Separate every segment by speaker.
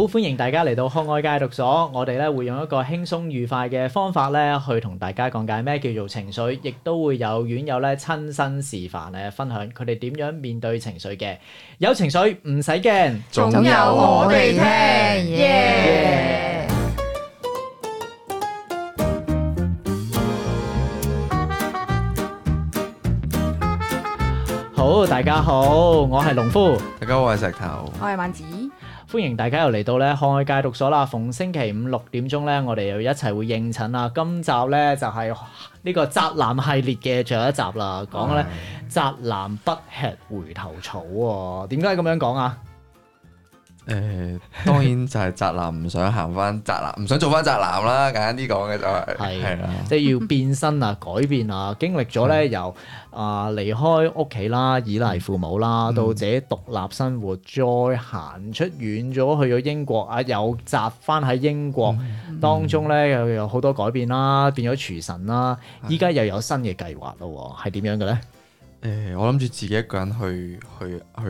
Speaker 1: 好歡迎大家嚟到渴愛戒毒所，我哋咧會用一個輕鬆愉快嘅方法咧，去同大家講解咩叫做情緒，亦都會有院友咧親身示範咧分享佢哋點樣面對情緒嘅。有情緒唔使驚，
Speaker 2: 總有我哋聽
Speaker 3: 耶！
Speaker 1: 好，大家好，我係農夫。
Speaker 2: 大家好，我係石頭。
Speaker 3: 我係萬子，
Speaker 1: 歡迎大家又嚟到咧漢愛戒毒所啦！逢星期五六點鐘咧，我哋又一齊會應診啦。今集咧就係、呢個宅男系列嘅最後一集啦，講咧宅男不吃回頭草喎、點解咁樣講啊？
Speaker 2: 誒，當然就係宅男唔想行翻宅男，唔 想做翻宅男啦。簡單啲講嘅就係
Speaker 1: 係
Speaker 2: 係啊啦，
Speaker 1: 即係要變身 啊、改變啊，經歷咗咧由啊、離開屋企啦、依
Speaker 2: 嗯
Speaker 1: 賴父母啦，到自己獨立生活，再行出遠咗去咗英國啊，又宅翻喺英國、
Speaker 2: 嗯
Speaker 1: 當中咧，又有好多改變啦，變咗廚神啦，依家又有新嘅計劃咯喎，係點樣嘅咧？
Speaker 2: 誒，我諗住自己一個人去去去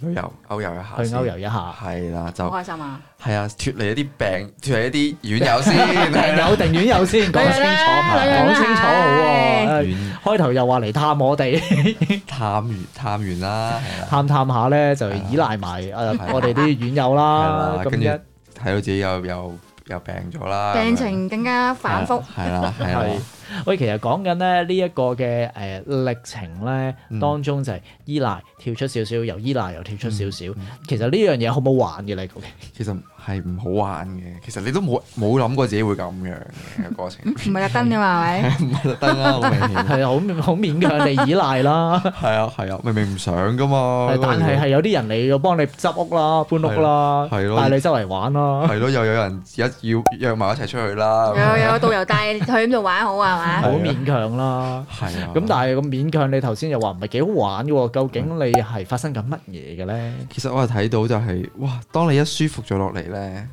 Speaker 2: 旅遊，歐遊一下
Speaker 1: 去
Speaker 2: 先。
Speaker 1: 歐遊一下，
Speaker 2: 係啦，就
Speaker 3: 好開心啊！
Speaker 2: 係啊，脱離一啲 病，脱離一啲院友先。係啊啦
Speaker 1: 有定院友先講清楚，
Speaker 3: 女人
Speaker 1: 講
Speaker 3: 啦
Speaker 1: 清楚好喎。
Speaker 2: 院
Speaker 1: 開頭又話嚟探我哋，
Speaker 2: 探完探完啦，係啦，
Speaker 1: 探探下咧就依賴埋誒我哋啲院友啦，
Speaker 2: 啊係啦，啊
Speaker 1: 咁
Speaker 2: 跟住
Speaker 1: 一。
Speaker 2: 睇到自己又又又病咗啦，
Speaker 3: 病情更加反覆，
Speaker 2: 係啦，係啦
Speaker 1: 係，喂，其實講緊咧呢一個嘅誒歷程咧，
Speaker 2: 嗯
Speaker 1: 當中就係依賴跳出少少，由依賴又跳出少
Speaker 2: 嗯
Speaker 1: 少。其實呢樣嘢好唔好玩嘅咧？究竟
Speaker 2: 其實係唔好玩嘅。其實你都冇冇諗過自己會咁樣嘅個 過程。
Speaker 3: 唔係特登噶嘛，係咪？
Speaker 2: 唔係特登啊啦，好明顯。
Speaker 1: 係啊 好好勉強地依賴 啦，
Speaker 2: 係啊係啊，明明唔想噶嘛，
Speaker 1: 但係係有啲人嚟要幫你執屋啦、搬屋啦，
Speaker 2: 係咯
Speaker 1: 帶你周圍玩啦。
Speaker 2: 係咯，又有人一要約埋一齊出去啦，
Speaker 1: 啊
Speaker 3: 有有個導遊帶你去邊度玩好啊，係
Speaker 1: 好
Speaker 3: 咪？
Speaker 2: 係
Speaker 1: 勉強啦，
Speaker 2: 係啊。
Speaker 1: 咁但係咁勉強，你頭先又話唔係幾好玩嘅喎，究竟你係發生緊乜嘢嘅咧？
Speaker 2: 其實我係睇到就係、哇，當你一舒服咗落嚟咧，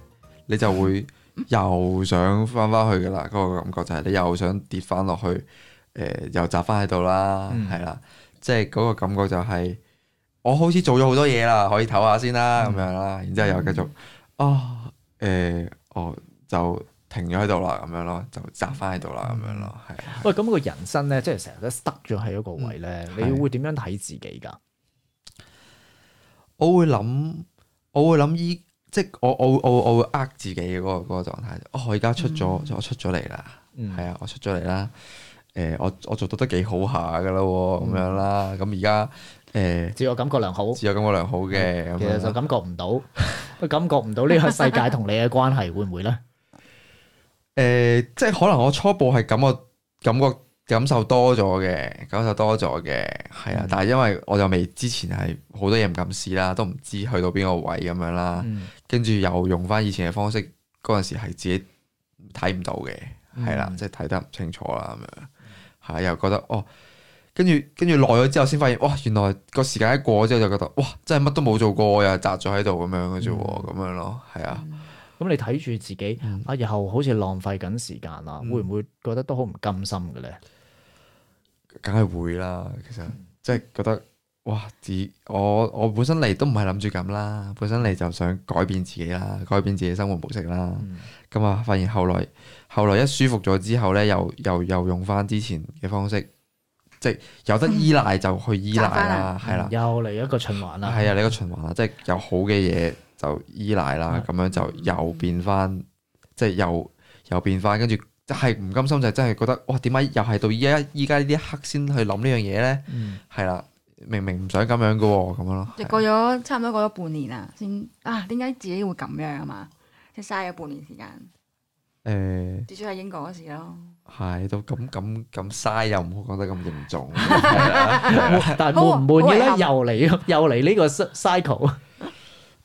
Speaker 2: 你就會又想翻翻去噶啦，嗰、個感覺就係你又想跌翻落去，誒、呃又扎翻喺度啦，
Speaker 1: 嗯
Speaker 2: 係啦、即係嗰個感覺就係、我好似做咗好多嘢啦，可以唞下先啦，咁、樣啦，然之後又繼續啊，誒、哦就停咗喺度啦，咁樣咯，就扎翻喺度啦，咁樣咯，係啊
Speaker 1: 喂，咁個人生咧，即係成日都塞咗喺一個位咧，你
Speaker 2: 嗯係
Speaker 1: 會點樣睇自己㗎？
Speaker 2: 我會諗，我會諗依，即係我我我我會呃自己嘅嗰、個嗰、個狀態。哦，我而家出咗，我出咗嚟啦，
Speaker 1: 嗯
Speaker 2: 係啊，我出咗嚟啦。誒、我我做得都幾好下噶啦喎，
Speaker 1: 嗯
Speaker 2: 咁樣啦。咁而家誒
Speaker 1: 自我感覺良好。
Speaker 2: 自我感覺良好嘅，咁
Speaker 1: 其實就
Speaker 2: 樣啦
Speaker 1: 感覺唔到， 都感覺唔到呢個世界同你嘅關係會唔會 咧？
Speaker 2: 誒，即係可能我初步係感覺感覺感受多咗嘅，感受多咗嘅，係
Speaker 1: 嗯
Speaker 2: 啊。但係因為我就未之前係好多嘢唔敢試啦，都唔知去到邊個位咁樣啦。
Speaker 1: 嗯，
Speaker 2: 跟住又用翻以前嘅方式，嗰陣時係自己睇唔到嘅，係啦、即係睇得唔清楚啦咁樣，係又覺得哦，跟住跟住耐咗之後先發現，哇！原來個時間一過之後就覺得，哇！真係乜都冇做過，又係擲咗喺度咁樣嘅啫喎，咁樣咯，係啊，
Speaker 1: 咁你睇住自己
Speaker 2: 嗯
Speaker 1: 啊，然後好似浪費緊時間啦，
Speaker 2: 嗯
Speaker 1: 會唔會覺得都好唔甘心嘅咧？
Speaker 2: 梗係會啦，其實即係覺得。哇！自我我本身嚟都唔係諗住咁啦，本身嚟就想改變自己啦，改變自己生活模式啦。
Speaker 1: 嗯
Speaker 2: 咁啊，發現後來後來一舒服咗之後咧，又又又用翻之前嘅方式，即係有得依賴就去依賴
Speaker 3: 習慣啦
Speaker 2: 啦，係啦，
Speaker 1: 又嚟嗯一個循環啦。
Speaker 2: 係啊，你個循環啦，即係有好嘅嘢就依賴啦，咁樣就又變翻，即係又又變翻，跟住即係唔甘心就真係覺得，哇，點解又係到依家依家呢一刻先去諗呢樣嘢咧？
Speaker 1: 嗯，
Speaker 2: 係啦，明明唔想咁樣嘅喎，咁樣咯，
Speaker 3: 就過咗差唔多過咗半年啦，先啊，點解自己會咁樣啊嘛？即係嘥咗半年時間，
Speaker 2: 誒。
Speaker 3: 至少喺英國嗰時咯，
Speaker 2: 係到咁咁咁嘥又唔好講得咁嚴重，係啦
Speaker 1: 但係
Speaker 2: 啊
Speaker 1: 悶唔悶嘅咧？
Speaker 3: 好遺憾
Speaker 1: 又嚟又嚟呢個 cycle，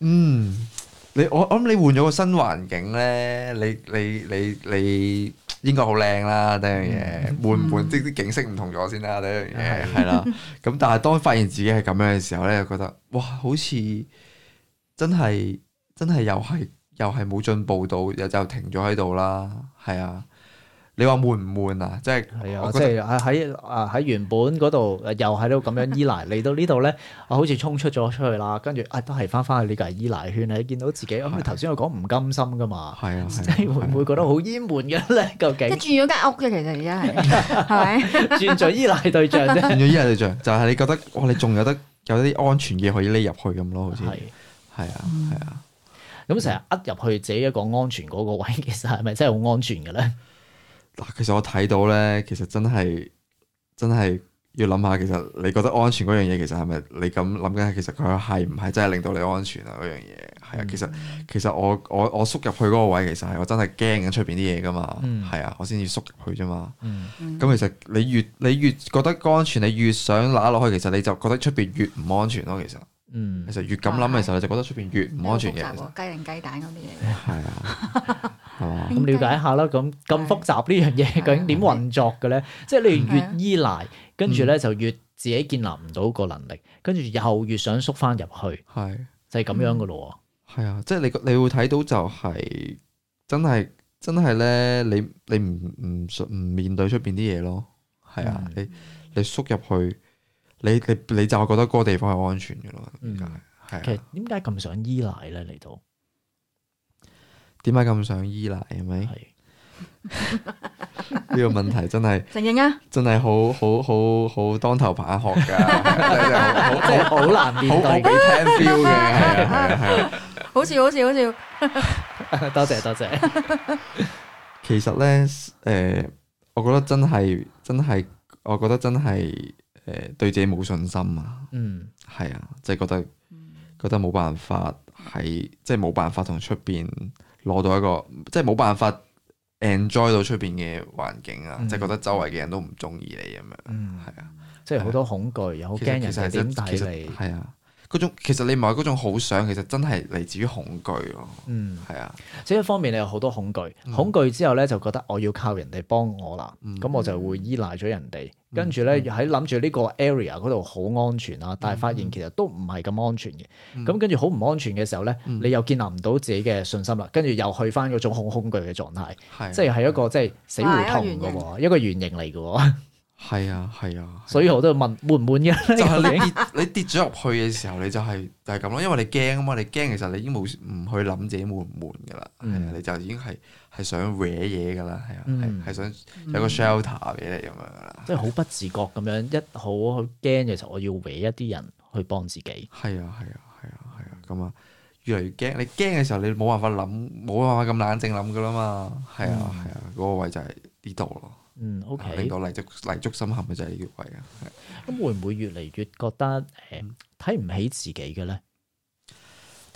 Speaker 2: 嗯，你我我諗你換咗個新環境咧，你你你你英國好靚啦，第一樣嘢換唔換即啲景色唔同咗先啦，第一樣嘢係啦。咁但係當發現自己係咁樣嘅時候咧，就覺得哇，好似真係真係又係又係冇進步到，又就停咗喺度啦，係啊。你話悶唔悶啊？即係
Speaker 1: 係啊，
Speaker 2: 我
Speaker 1: 即
Speaker 2: 覺得
Speaker 1: 係喺喺啊喺原本嗰度呃又喺度咁樣依賴，嚟到呢度咧，我好似衝出咗出去啦，跟住啊都係翻翻去呢個依賴圈啦。你見到自己咁，你頭先我講唔甘心噶嘛，
Speaker 2: 係啊，
Speaker 1: 即
Speaker 2: 係啊
Speaker 1: 係會唔會覺得好厭悶嘅 咧？究竟
Speaker 3: 即係轉咗間屋嘅，其實而家係係咪？
Speaker 1: 轉咗依賴對象啫，
Speaker 2: 變咗依家對象，就係你覺得哇，你仲有得有啲安全嘢可以匿入去咁咯，好似
Speaker 1: 係。
Speaker 2: 係啊，係啊，
Speaker 1: 咁成日呃入去自己一個安全嗰個位，其實係咪真係好安全嘅咧？
Speaker 2: 嗱，其實我睇到咧，其實真係真係要諗下，其實你覺得安全嗰樣嘢，其實係咪你咁諗緊？其實佢係唔係真係令到你安全啊？嗰樣嘢係啊，其實其實我我我縮入去嗰個位，其實係我真係驚緊出邊啲嘢噶嘛，
Speaker 1: 嗯
Speaker 2: 係啊，我先至縮入去啫嘛。
Speaker 1: 嗯，
Speaker 2: 咁其實你越你越覺得安全，你越想揦落去，其實你就覺得出邊越唔安全咯。其實
Speaker 1: 嗯
Speaker 2: 其，實越咁諗嘅時候，你就覺得出邊越唔安全嘅。
Speaker 3: 好
Speaker 2: 其實
Speaker 3: 複雜喎雞定雞蛋嗰啲嘢，
Speaker 2: 係啊，嗯係啊嘛？
Speaker 1: 咁了解下啦。咁咁複雜呢樣
Speaker 2: 啊
Speaker 1: 嘢，究竟點運作嘅咧？即係你越依賴，跟
Speaker 2: 嗯
Speaker 1: 住咧就越自己建立唔到個能力，跟住又越想縮翻入去，
Speaker 2: 係
Speaker 1: 就係咁樣噶咯
Speaker 2: 係啊，即係你個你會睇到就係真係真係咧，你你唔唔想唔面對出邊啲嘢咯，係啊，
Speaker 1: 嗯
Speaker 2: 你你縮入去，你你你就覺得嗰個地方係安全嘅咯，點
Speaker 1: 嗯
Speaker 2: 解？
Speaker 1: 喎。其
Speaker 2: 係
Speaker 1: 實
Speaker 2: 啊，
Speaker 1: 點解咁想依賴咧？嚟到
Speaker 2: 點解咁想依賴係咪？呢
Speaker 1: 係
Speaker 2: 個問題真係
Speaker 3: 承認啊，
Speaker 2: 真係好好好好當頭棒喝㗎，真係好好
Speaker 1: 即係好難
Speaker 2: 好
Speaker 1: 面
Speaker 2: 好俾
Speaker 1: 對。
Speaker 2: 聽 feel 嘅，係啊係啊係啊。
Speaker 3: 好笑好笑好笑，
Speaker 1: 多謝多謝。
Speaker 2: 其實咧，誒、我覺得真係真係，我覺得真係誒、對自己冇信心啊，
Speaker 1: 嗯
Speaker 2: 係啊，即係覺得覺得冇辦法喺，即係冇辦法同出邊攞到一個，即係冇辦法 enjoy 到出邊嘅環境啊，
Speaker 1: 嗯
Speaker 2: 即係覺得周圍嘅人都唔中意你咁樣，
Speaker 1: 嗯，
Speaker 2: 係啊，
Speaker 1: 即係好多恐懼，又好
Speaker 2: 其
Speaker 1: 驚
Speaker 2: 實
Speaker 1: 人
Speaker 2: 其實
Speaker 1: 哋
Speaker 2: 係真
Speaker 1: 點
Speaker 2: 其
Speaker 1: 睇
Speaker 2: 實
Speaker 1: 你。
Speaker 2: 係啊，嗰種其實你唔係嗰種好想，其實真係嚟自於恐懼咯，
Speaker 1: 嗯。
Speaker 2: 係啊，
Speaker 1: 即係一方面你有好多恐懼，恐懼之後咧就覺得我要靠人哋幫我啦，咁、我就會依賴咗人哋。跟住咧喺諗住呢個 area 嗰度好安全啦，但係發現其實都唔係咁安全嘅。咁跟住好唔安全嘅時候咧，你又建立唔到自己嘅信心啦，跟住又去翻嗰種恐恐懼嘅狀態，
Speaker 2: 係啊
Speaker 1: 即係係一個即係死胡同嘅喎，一個原型嚟嘅 喎。
Speaker 2: 係啊係啊，
Speaker 1: 所以我都問滿唔滿嘅
Speaker 2: 就係
Speaker 1: 呢
Speaker 2: 你跌你跌咗入去嘅時候，你就係、就係咁咯，因為你驚啊嘛，你驚其實你已經冇唔去諗自己悶唔悶噶啦，係啊，你就已經係係想搲嘢噶啦，係啊，
Speaker 1: 嗯
Speaker 2: 係係想有個 shelter 俾你咁樣噶啦，
Speaker 1: 即係好不自覺咁樣一好好驚嘅時候，我要搲一啲人去幫自己。
Speaker 2: 係啊係啊係啊係啊，咁啊越嚟越驚，你驚嘅時候你冇辦法諗，冇辦法咁冷靜諗噶啦嘛，係啊係啊，嗰、個位就係呢度咯，啊
Speaker 1: 嗯，OK。
Speaker 2: 令到泥足泥足深陷嘅就係呢個位啊，係
Speaker 1: 咁會唔會越嚟越覺得誒睇唔起自己嘅咧？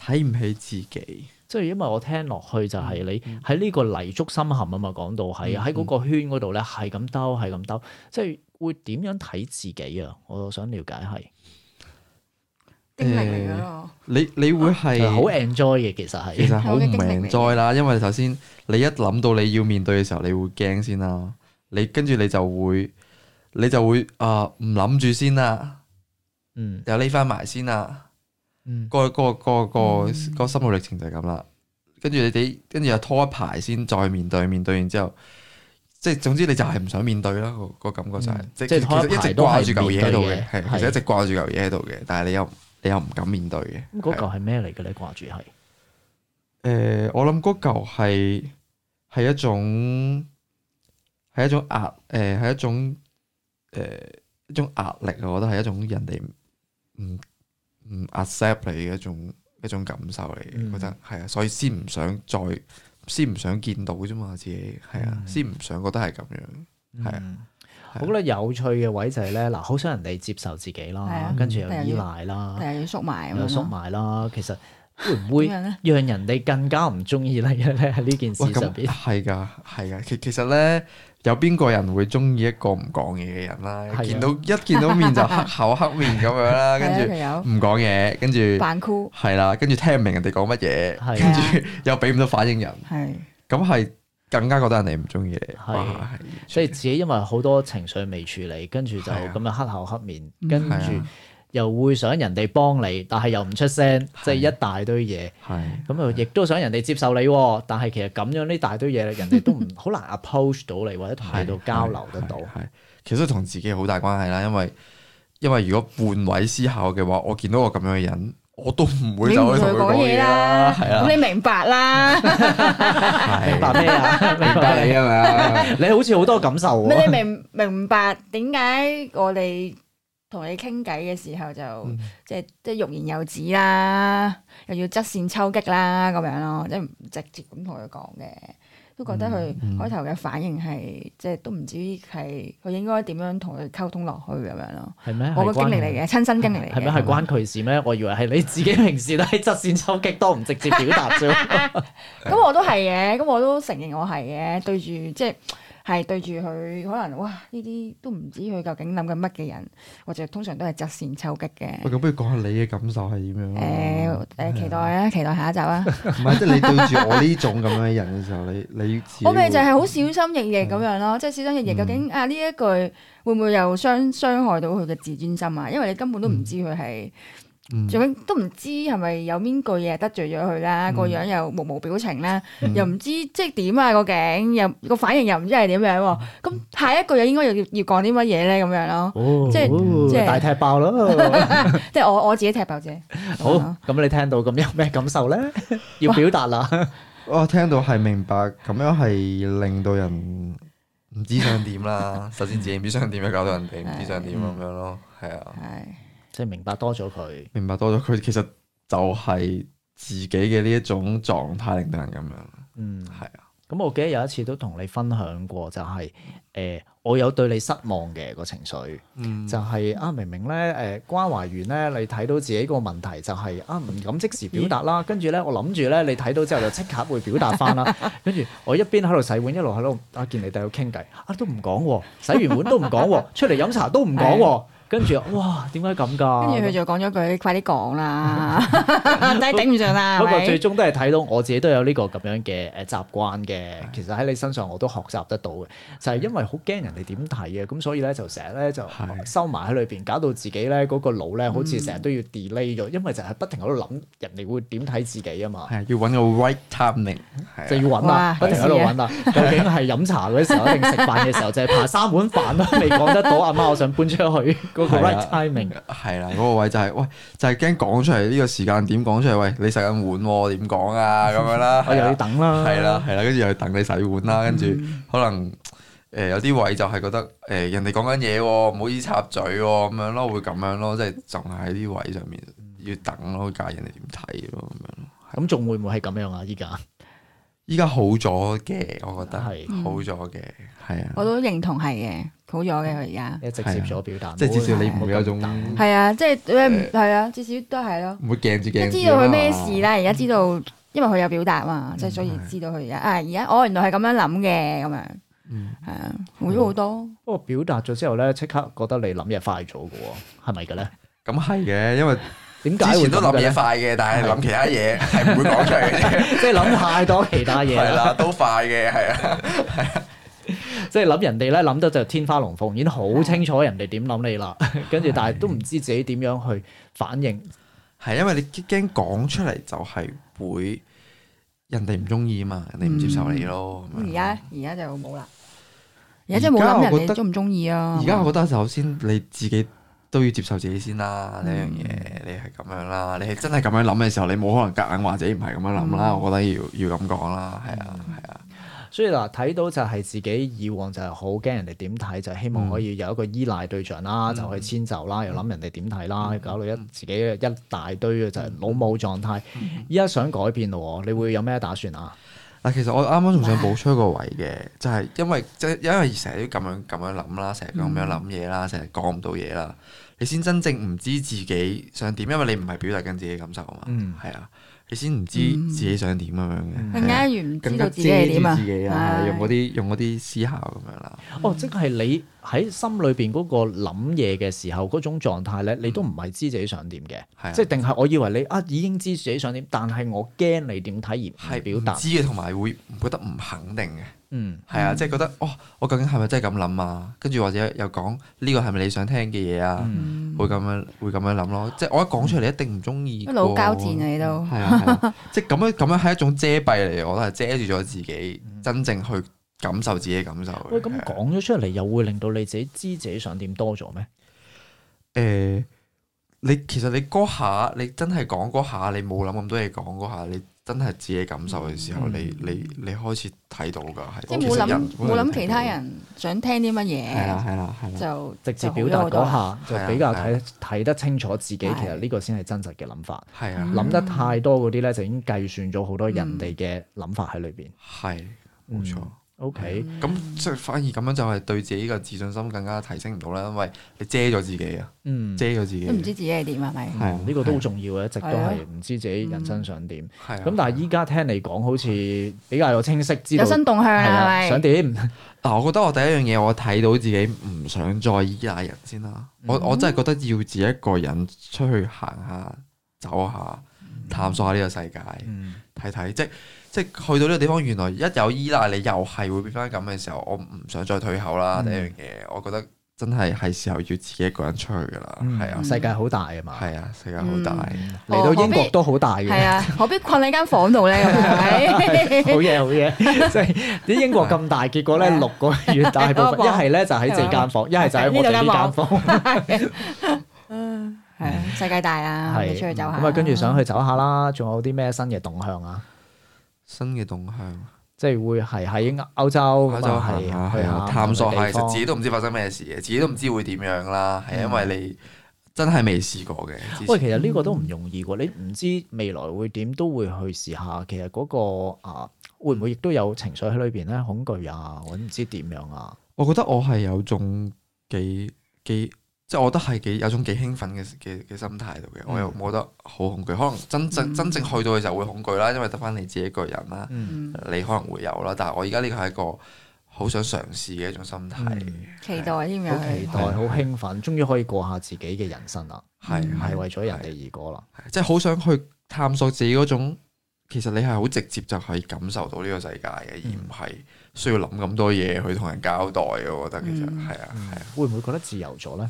Speaker 2: 睇唔起自己，
Speaker 1: 即係因為我聽落去就
Speaker 2: 嗯
Speaker 1: 係你喺呢個泥足深陷啊嘛，講到係喺嗰個圈嗰度咧，係咁兜，係咁兜，即係會點樣睇自己啊？我想了解係
Speaker 3: 經歷嚟嘅咯，
Speaker 2: 你你會
Speaker 1: 係
Speaker 2: 係
Speaker 1: 好 enjoy 嘅，其實係
Speaker 2: 其實好唔 enjoy 啦，因為首先你一諗到你要面對嘅時候，你會驚先啦。你跟住你就會，你就會啊唔諗住先啦，
Speaker 1: 嗯
Speaker 2: 又匿翻埋先啦。
Speaker 1: 嗯
Speaker 2: 個個個個個心路歷程就係咁啦。跟住你哋，跟住又拖一排先再面對，面對完之後，即係總之你就係唔想面對啦。個個感覺就係
Speaker 1: 嗯
Speaker 2: 即係
Speaker 1: 即係
Speaker 2: 其
Speaker 1: 拖一
Speaker 2: 實一
Speaker 1: 排
Speaker 2: 直
Speaker 1: 都係
Speaker 2: 掛住嚿嘢喺度
Speaker 1: 唔面對
Speaker 2: 嘅，
Speaker 1: 嘅
Speaker 2: 係其實
Speaker 1: 係
Speaker 2: 一直掛住嚿嘢喺度嘅，但係你又你又唔敢面對
Speaker 1: 咁
Speaker 2: 嘅。
Speaker 1: 嗰
Speaker 2: 係
Speaker 1: 嚿係咩嚟嘅咧？掛住係
Speaker 2: 誒、我諗嗰嚿係係一種係一種壓誒，係、一種誒、一種壓力啊！我覺得係一種人哋唔唔 accept 你嘅一種一種感受嚟嘅，
Speaker 1: 嗯
Speaker 2: 覺得係啊，所以先唔想再先唔想見到啫嘛，自己係啊，
Speaker 1: 嗯
Speaker 2: 先唔想覺得係咁樣，係啊
Speaker 1: 嗯
Speaker 2: 係啊
Speaker 1: 我覺得有趣嘅位就係咧，嗱，好想人哋接受自己
Speaker 3: 係
Speaker 1: 啦
Speaker 3: 啊，
Speaker 1: 跟住又
Speaker 3: 但係
Speaker 1: 依
Speaker 3: 要
Speaker 1: 賴啦，
Speaker 2: 啊
Speaker 3: 但係要縮埋咁
Speaker 1: 又縮
Speaker 3: 樣咯。
Speaker 1: 埋啦。其實會唔會
Speaker 3: 點樣咧
Speaker 1: 讓人哋更加唔中意你嘅咧？喺呢件事
Speaker 2: 哇！
Speaker 1: 上
Speaker 2: 咁
Speaker 1: 邊，
Speaker 2: 係噶，係噶。其其實咧，有邊個人會中意一個唔講嘢嘅人
Speaker 1: 係
Speaker 2: 啦？
Speaker 1: 啊
Speaker 2: 見到一見到面就黑口黑面咁 樣啦，跟住
Speaker 3: 係啊
Speaker 2: 唔講嘢，跟住
Speaker 3: 佢有扮酷，
Speaker 2: 係啦，跟住聽唔明人哋講乜嘢，
Speaker 1: 係啊
Speaker 2: 跟住又俾唔到反應人，
Speaker 3: 係
Speaker 2: 咁係更加覺得人哋唔中意你。
Speaker 1: 係
Speaker 2: 哇係
Speaker 1: 所以自己因為好多情緒未處理，跟住就
Speaker 2: 係啊
Speaker 1: 咁樣黑口黑面，
Speaker 3: 嗯
Speaker 1: 跟
Speaker 2: 係
Speaker 1: 住
Speaker 2: 啊
Speaker 1: 又會想人哋幫你，但係又唔出聲，即係
Speaker 2: 係
Speaker 1: 一大堆嘢。
Speaker 2: 係
Speaker 1: 咁啊，亦都想人哋接受你喎，但係其實咁樣呢大堆嘢，人哋都唔 好難 approach 到你，或者同你度交流得到
Speaker 2: 係。係其實都同自己好大關係啦，因為因為如果換位思考嘅話，我見到個咁樣嘅人，我都唔會
Speaker 3: 你唔
Speaker 2: 走
Speaker 3: 同
Speaker 2: 去同
Speaker 3: 佢
Speaker 2: 佢
Speaker 3: 講
Speaker 2: 講
Speaker 3: 嘢
Speaker 2: 嘢
Speaker 3: 啦，
Speaker 2: 啦，係啊
Speaker 3: 咁，你明白啦，
Speaker 2: 係
Speaker 1: 明白咩啊？明
Speaker 2: 明白
Speaker 1: 白
Speaker 2: 你
Speaker 1: 你，
Speaker 2: 啊 嘛，
Speaker 1: 你好似好多感受
Speaker 3: 咁你
Speaker 1: 喎。
Speaker 3: 明明白點解我哋同你傾偈嘅時候就、
Speaker 2: 嗯
Speaker 3: 即係即係欲言又止啦，又要側線抽擊啦咁樣咯，即係唔直接咁同佢講嘅，都覺得佢開頭嘅反應係即係都唔知係佢應該點樣同佢溝通落去咁樣咯。
Speaker 1: 係咩？
Speaker 3: 我個
Speaker 1: 係關
Speaker 3: 經歷嚟嘅，親身經歷嚟
Speaker 1: 係咩？
Speaker 3: 嘅。
Speaker 1: 係關佢事咩？我以為係你自己平時都喺側線抽擊多，唔直接表達啫。
Speaker 3: 咁我都係嘅，咁我都承認我係嘅，對住即係係對住佢，可能哇呢啲都唔知佢究竟諗緊乜嘅人，或者通常都係側線抽擊嘅。
Speaker 2: 喂，咁不如講下你嘅感受係點樣
Speaker 3: 誒
Speaker 2: 啊？
Speaker 3: 誒，期待啊，期待下一集啊！
Speaker 2: 唔係，即係你對住我呢種咁樣嘅人嘅時候，你你自己
Speaker 3: 我咪
Speaker 2: 會
Speaker 3: 就係好小心翼翼咁樣咯，即係小心翼翼，
Speaker 1: 嗯
Speaker 3: 究竟啊呢一句會唔會又傷傷害到佢嘅自尊心啊？因為你根本都唔知佢係，
Speaker 2: 嗯
Speaker 3: 最緊都唔知係咪有邊句嘢得罪咗佢啦，
Speaker 1: 嗯
Speaker 3: 個樣又目無表情啦，又唔知即係點啊個頸，又個反應又唔知係點樣喎。
Speaker 1: 嗯
Speaker 3: 咁下一句又應該要要講啲乜嘢咧咁 樣咯？
Speaker 1: 哦
Speaker 3: 即係
Speaker 1: 哦
Speaker 3: 即係
Speaker 1: 大踢爆啦！
Speaker 3: 即係我我自己踢爆啫。
Speaker 1: 好
Speaker 3: 啊，
Speaker 1: 咁你聽到咁有咩感 受咧？要表達啦。
Speaker 2: 我哦聽到係明白，咁樣係令到人唔知想點啦。首先自己唔知想點，又搞到人哋唔知想點咁樣咯。係啊，
Speaker 3: 係
Speaker 1: 即係明白多咗佢。
Speaker 2: 明白多咗佢其實就係自己嘅呢一種狀態令到人咁樣。
Speaker 1: 嗯，
Speaker 2: 係啊，
Speaker 1: 咁我記得有一次都同你分享過，就係、誒、我有對你失望嘅個情緒，
Speaker 2: 嗯
Speaker 1: 就係、啊明明咧誒、關懷完咧，你睇到自己個問題就係、啊唔敢即時表達
Speaker 3: 嗯
Speaker 1: 啦，跟住咧我諗住咧你睇到之後就即刻會表達翻 啦，跟住我一邊喺度洗碗，一路喺度啊見你哋喺度傾偈，啊都唔講喎，洗完碗都唔講喎，出嚟飲茶都唔 講喎，跟住哇點解咁㗎？
Speaker 3: 跟住佢就講咗句：你快啲 講啦， 真係頂唔順啦。
Speaker 1: 不過
Speaker 3: 係咪
Speaker 1: 最終都係睇到我自己都有呢個咁樣嘅誒習慣嘅，其實喺你身上我都學習得到嘅，就係、因為好驚人哋點睇嘅，咁所以咧就成日咧就
Speaker 2: 係嗯
Speaker 1: 收埋喺裏邊，搞到自己咧嗰個腦咧好似成日都要 delay 咗，因為就係不停喺度諗人哋會點睇自己啊嘛。
Speaker 2: 係啊，要揾個 right timing。
Speaker 1: 就
Speaker 2: 係啊
Speaker 1: 要揾啦，不
Speaker 3: 哇
Speaker 1: 停喺度揾啦。
Speaker 2: 啊
Speaker 1: 究竟係飲茶嗰啲 時候，定食飯嘅時候，就係爬三碗飯都未講得到。阿媽，我想搬出去嗰個
Speaker 2: 係
Speaker 1: right
Speaker 2: 啊
Speaker 1: timing。
Speaker 2: 係啦，嗰個位就係喂， 就係驚講出嚟呢個時間點講出嚟，喂，你洗緊碗喎，點講啊？咁樣 啦，
Speaker 1: 我又
Speaker 2: 係啊
Speaker 1: 要等啦。
Speaker 2: 係啦，係啦，跟住又等你洗碗
Speaker 1: 嗯
Speaker 2: 啦，跟住可能誒有啲位就係覺得誒人哋講緊嘢喎，唔好意思插嘴喎，咁樣咯，會咁樣咯，即係仲係喺啲位上面要等咯，介意人哋點睇咯，咁樣咯。
Speaker 1: 咁仲會唔會係咁樣啊？依家
Speaker 2: 依家好咗嘅，我覺得
Speaker 1: 係
Speaker 2: 好咗嘅，係啊，
Speaker 3: 嗯我都認同係嘅，好咗嘅佢而家。
Speaker 1: 你直接咗表達，
Speaker 2: 即係至啊少你
Speaker 1: 冇
Speaker 2: 唔會
Speaker 1: 咁
Speaker 2: 有種
Speaker 1: 等
Speaker 3: 係啊，即係誒唔係啊，至少都係咯。
Speaker 2: 唔會鏡住
Speaker 3: 即
Speaker 2: 鏡
Speaker 3: 係
Speaker 2: 住
Speaker 3: 知道佢
Speaker 2: 啊
Speaker 3: 咩
Speaker 2: 嘛
Speaker 3: 事啦，而家知道，因為佢有表達嘛，即係所以
Speaker 2: 係
Speaker 3: 知道佢而家啊，而家我原來係咁樣諗嘅，咁樣
Speaker 2: 嗯
Speaker 3: 係啊，好咗好多。
Speaker 1: 不過表達咗之後咧，即刻覺得你諗嘢快咗嘅喎，係咪嘅咧？
Speaker 2: 咁係嘅，因為
Speaker 1: 點解
Speaker 2: 之
Speaker 1: 會
Speaker 2: 前都
Speaker 1: 咁嘅
Speaker 2: 諗嘢
Speaker 1: 咧？
Speaker 2: 快嘅，但係諗其他嘢係唔會講出嚟嘅啫，
Speaker 1: 即係諗太多其他 嘢
Speaker 2: 係
Speaker 1: 啦，
Speaker 2: 啦，都快嘅，係啊，
Speaker 1: 即係諗人哋咧諗得就天花龍鳳，已經好清楚人哋點諗你 啦，跟住但係都唔知自己點樣去反應，
Speaker 2: 係因為你驚講出嚟就係會人哋唔中意啊嘛，人哋唔接受你咯。咁樣
Speaker 3: 嗯咁而家而家就冇啦，而家真係冇
Speaker 2: 而家
Speaker 3: 諗
Speaker 2: 我覺
Speaker 3: 人
Speaker 2: 得
Speaker 3: 哋中唔中意啊。
Speaker 2: 而家我覺得首先你自己都要接受自己先啦，呢樣
Speaker 3: 嗯
Speaker 2: 嘢你係咁樣啦，你係真係咁樣諗嘅時候，你冇可能夾硬話自己唔係咁樣諗
Speaker 3: 嗯
Speaker 2: 啦。我覺得要要咁講啦，係啊係啊，
Speaker 1: 所以嗱，睇到就係自己以往就係好驚人哋點睇，就希
Speaker 2: 嗯
Speaker 1: 望可以有一個依賴對象啦，就去遷就啦，又諗人哋點睇
Speaker 2: 嗯
Speaker 1: 啦，搞到一自己一大堆嘅就係老母狀態。
Speaker 2: 嗯
Speaker 1: 依家想改變咯喎，你會有咩打算啊？
Speaker 2: 嗱，其實我啱啱仲想補充一個位嘅，就係因為即係因為成日都咁樣咁樣諗啦，成日咁樣諗嘢啦，成日講唔到嘢啦，你先真正唔知自己想點，因為你唔係表達緊自己感受啊
Speaker 1: 嗯
Speaker 2: 嘛，係啊，你先唔知自己想點咁樣嘅，
Speaker 3: 更
Speaker 2: 係啊
Speaker 3: 加越唔
Speaker 2: 嗯
Speaker 3: 知
Speaker 2: 更
Speaker 3: 道
Speaker 2: 加
Speaker 3: 自己係點啊
Speaker 2: 自己啊，係用嗰
Speaker 3: 係。
Speaker 2: 啲用嗰啲思考咁樣啦。
Speaker 1: 哦，即係你喺心裏邊嗰個諗嘢嘅時候嗰種狀態咧，你都唔係知自己想點嘅，
Speaker 2: 嗯係啊
Speaker 1: 即係定係我以為你啊已經知自己想點，但係我驚你點睇而唔
Speaker 2: 係
Speaker 1: 表
Speaker 2: 表
Speaker 1: 達
Speaker 2: 達，知嘅，同埋會覺得唔肯定嘅，
Speaker 1: 嗯
Speaker 2: 係啊，即係覺得哦，我究竟係咪真係咁諗啊？跟住或者又講呢個係咪你想聽嘅嘢啊？
Speaker 1: 嗯
Speaker 2: 會咁樣會咁樣諗咯。即係我一講出嚟，一定唔中意。
Speaker 3: 老交戰啊，你都
Speaker 2: 係啊，係啊即係咁樣咁樣係一種遮蔽嚟嘅，我都係遮住咗自己，真正去感受自己嘅感受嘅。
Speaker 1: 嗯喂，咁講咗出嚟又會令到你自己知自己想點多咗咩？
Speaker 2: 誒，你其實你嗰下，你真係講嗰下，你冇諗咁多嘢講嗰下，你真係自己感受嘅時候，
Speaker 1: 嗯
Speaker 2: 你你你開始睇到㗎，係
Speaker 3: 即係冇
Speaker 2: 其實
Speaker 3: 諗
Speaker 2: 人
Speaker 3: 冇諗其他。人想聽啲
Speaker 2: 係啦
Speaker 3: 乜嘢，
Speaker 2: 係啦係
Speaker 1: 嗯
Speaker 2: 啦，
Speaker 3: 就
Speaker 1: 直接
Speaker 3: 就好
Speaker 1: 表
Speaker 3: 咗
Speaker 1: 達
Speaker 3: 好多
Speaker 1: 嗰
Speaker 3: 啦
Speaker 1: 下
Speaker 2: 係啊
Speaker 1: 就比較
Speaker 2: 係
Speaker 1: 睇睇得清楚自己，其
Speaker 3: 係
Speaker 1: 實呢個先係真實嘅諗法。
Speaker 2: 係啊
Speaker 1: 諗得太多嗰啲咧，就已經計算咗好多人哋嘅
Speaker 2: 嗯
Speaker 1: 諗法喺裏邊。
Speaker 2: 係冇
Speaker 1: 嗯
Speaker 2: 錯。
Speaker 1: O K，
Speaker 2: 咁即係反而咁樣就係對自己嘅自信心更加提升唔到啦，因為你遮咗自己啊，
Speaker 1: 嗯，
Speaker 2: 遮咗自己。
Speaker 3: 都唔知自己係點係咪？
Speaker 2: 係啊
Speaker 1: 呢個都好重要嘅，一直都
Speaker 3: 係啊
Speaker 1: 係唔知自己人生想點。
Speaker 2: 係啊。
Speaker 1: 咁但係依家聽你講，好似比較有清晰知道
Speaker 3: 有新動向
Speaker 1: 係
Speaker 3: 啦，
Speaker 1: 啊，
Speaker 3: 係
Speaker 1: 想
Speaker 3: 咪？
Speaker 1: 點？
Speaker 2: 嗱，我覺得我第一樣嘢，我睇到自己唔想再依賴人先啦。
Speaker 1: 嗯
Speaker 2: 我我真係覺得要自己一個人出去行下、走下、探索下呢個世界，
Speaker 1: 嗯
Speaker 2: 睇睇。即即去到呢個地方，原來一有依賴你，又係會變翻咁嘅時候，我唔想再退後
Speaker 1: 嗯
Speaker 2: 啦。第一樣嘢，我覺得真係係時候要自己一個人出去噶啦。
Speaker 1: 嗯
Speaker 2: 係啊，
Speaker 1: 世界好大啊嘛，
Speaker 2: 係啊，世界好大。
Speaker 1: 嚟到英
Speaker 3: 我
Speaker 1: 國
Speaker 3: 我
Speaker 1: 都好大嘅。
Speaker 3: 係啊，何必困喺間房度咧？咁樣
Speaker 1: 好嘢好嘢， 即係啲英國咁大，結果咧
Speaker 3: 係啊
Speaker 1: 六個月大部分，
Speaker 3: 嗰個
Speaker 1: 一
Speaker 3: 房
Speaker 1: 係咧就喺自己間房，一係就喺我哋呢間房，
Speaker 3: 係啊世界大啊，你
Speaker 1: 係
Speaker 3: 出去走下。
Speaker 1: 咁啊，跟住想去走下啦，仲有啲咩新嘅動向啊？
Speaker 2: 新嘅動向，
Speaker 1: 即係會係喺歐洲
Speaker 2: 我
Speaker 1: 咁
Speaker 2: 就
Speaker 1: 啊，
Speaker 2: 行下
Speaker 1: 哦係
Speaker 2: 係
Speaker 1: 去
Speaker 2: 啊，
Speaker 1: 下
Speaker 2: 探索下，
Speaker 1: 唔同嘅
Speaker 2: 其實自
Speaker 1: 地
Speaker 2: 己都唔知發生咩事嘅，自己都唔知會點樣啦。係啊因為你真係未試過嘅。之
Speaker 1: 方
Speaker 2: 前
Speaker 1: 喂，其實呢個都唔容易喎，你唔知未來會點，都會去試下。其實嗰個啊，會唔會亦都有情緒喺裏邊咧？恐懼啊，我唔知點樣啊。
Speaker 2: 我覺得我係有種幾幾，即係我覺得係幾有種幾興奮嘅嘅嘅心態度嘅。
Speaker 1: 嗯
Speaker 2: 我又冇覺得好恐懼，可能真正、
Speaker 3: 嗯
Speaker 2: 真正去到嘅時候會恐懼啦，因為得翻你自己一個人啦，
Speaker 1: 嗯，
Speaker 3: 嗯
Speaker 2: 你可能會有啦。但係我而家呢個係一個好想嘗試嘅一種心態，
Speaker 1: 嗯
Speaker 3: 期待添
Speaker 1: 好期
Speaker 3: 嘅
Speaker 1: 待，，好興奮，終於可以過下自己嘅人生啦，
Speaker 2: 係
Speaker 1: 係
Speaker 2: 係
Speaker 1: 為咗人哋而過啦。
Speaker 2: 係即係好想去探索自己嗰種。其實你係好直接就可以感受到呢個世界嘅，而唔係需要諗咁多嘢去同人交代嘅。我覺得其實
Speaker 3: 嗯
Speaker 2: 係啊，係啊。
Speaker 1: 會唔會覺得自由咗咧？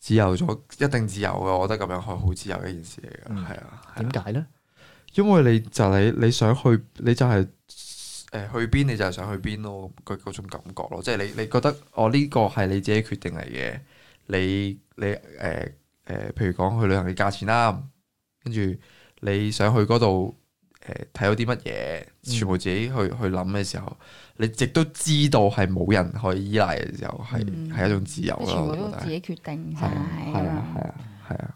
Speaker 2: 自由咗，一定自由嘅。我覺得咁樣係好自由嘅一件事嚟
Speaker 1: 嗯
Speaker 2: 嘅，係啊。係啊
Speaker 1: 點解咧？
Speaker 2: 因為你就係你你想去，你就係、誒、去邊，你就係想去邊咯，嗰嗰種感覺咯。即係你你覺得哦呢個係你自己決定嚟嘅，你你誒誒、譬如講去旅行嘅價錢啦，跟住你想去嗰度誒睇到啲乜嘢，
Speaker 3: 嗯
Speaker 2: 全部自己去去諗嘅時候，你亦都知道係冇人可以依賴嘅時候，係
Speaker 3: 嗯
Speaker 2: 係、一種自由
Speaker 3: 即
Speaker 2: 咯。
Speaker 3: 係全部
Speaker 2: 我覺
Speaker 3: 都
Speaker 2: 得
Speaker 3: 自
Speaker 2: 係
Speaker 3: 己決定
Speaker 2: 係
Speaker 3: 晒
Speaker 2: 啊係啊
Speaker 3: 咁樣。
Speaker 2: 係啊係啊。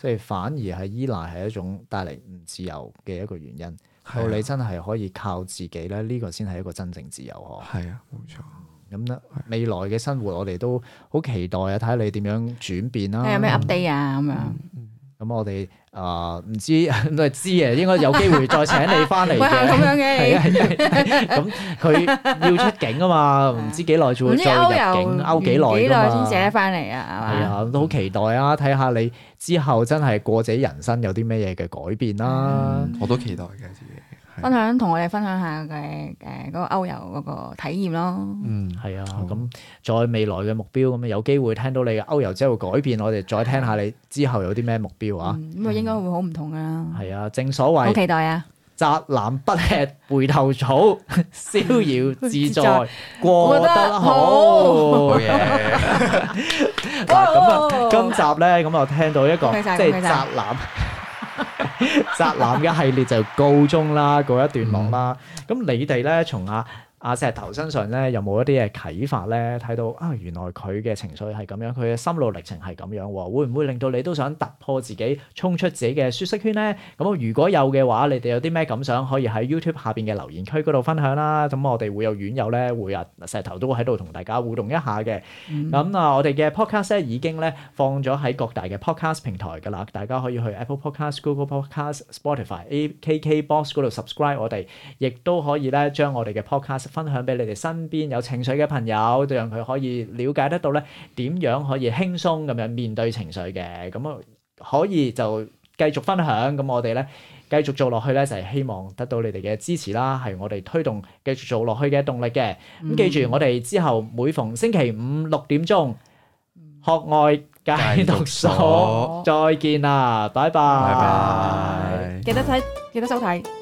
Speaker 1: 即係反而係依賴係一種帶嚟唔自由嘅一個原因。
Speaker 2: 係啊
Speaker 1: 到你真係可以靠自己咧，呢、個先係一個真正自由呵。
Speaker 2: 係啊，冇錯。
Speaker 1: 咁咧，未來嘅生活我哋都好期待啊！睇下你點樣轉變啦。
Speaker 3: 睇下有咩 update 啊咁樣。
Speaker 1: 咁我哋啊，唔、知 都係知啊嘅，應該有機會再請你翻嚟
Speaker 3: 喂，
Speaker 1: 嘅。
Speaker 3: 係咁樣
Speaker 1: 係啊
Speaker 3: 嘅
Speaker 1: 係啊， 咁佢要出境啊 嘛，唔知幾耐
Speaker 3: 你，
Speaker 1: 就會再入境，勾幾耐
Speaker 3: 幾
Speaker 1: 㗎
Speaker 3: 耐
Speaker 1: 嘛
Speaker 3: 先寫得翻嚟啊？
Speaker 1: 係
Speaker 3: 係嘛？
Speaker 1: 啊，都好期待啊！睇下你之後真係過自己人生有啲咩嘢嘅改變啦。
Speaker 3: 嗯
Speaker 2: 我都期待嘅自己。啊
Speaker 3: 分享同我哋分享下嘅誒嗰個歐遊嗰個體驗咯。
Speaker 2: 嗯，
Speaker 1: 係啊，咁在未來嘅目標咁有機會聽到你嘅歐遊之後改變，我哋再聽下你之後有啲咩目標啊？
Speaker 3: 嗯咁啊應該會好唔同噶啦。
Speaker 1: 係啊，正所
Speaker 3: 好
Speaker 1: 謂
Speaker 3: 期待啊！
Speaker 1: 宅男不吃回頭草， 逍遙自
Speaker 3: 自
Speaker 1: 在
Speaker 3: 在
Speaker 1: 過得好
Speaker 3: 啊
Speaker 2: 好。嘢。
Speaker 1: 嗱咁啊，今集咧咁啊，聽到一個
Speaker 3: 哦恭喜晒
Speaker 1: 即係
Speaker 3: 恭喜晒
Speaker 1: 宅男。 宅男嘅系列就告終啦，告一段落啦。咁、你哋咧，從阿阿石頭身上咧，有冇一啲嘅啟發咧？睇到啊，原來佢嘅情緒係咁樣，佢嘅心路歷程係咁樣喎，會唔會令到你都想突破自己，衝出自己嘅舒適圈咧？咁如果有嘅話，你哋有啲咩感想可以喺 YouTube 下邊嘅留言區嗰度分享啦。咁我哋會有院友咧，會啊石頭都會喺度同大家互動一下嘅。咁啊，我哋嘅 podcast 咧已經咧放咗喺各大嘅 podcast 平台㗎啦，大家可以去 Apple Podcast、Google Podcast、Spotify、A K K Box 嗰度 subscribe 我哋，亦都可以咧將我哋嘅 podcast 分享俾你哋身邊有情緒嘅朋友，讓佢可以了解得到咧點樣可以輕鬆咁樣面對情緒嘅，咁啊可以就。繼續分享。咁我哋咧繼續做落去咧，就係、希望得到你哋嘅支持啦，係我哋推動繼續做落去嘅動力嘅。咁
Speaker 3: 嗯
Speaker 1: 記住，我哋之後每逢星期五六點鐘，學愛戒毒所
Speaker 2: 好
Speaker 1: 再見啦，拜拜
Speaker 2: 拜拜。
Speaker 3: 記得睇，記得收睇。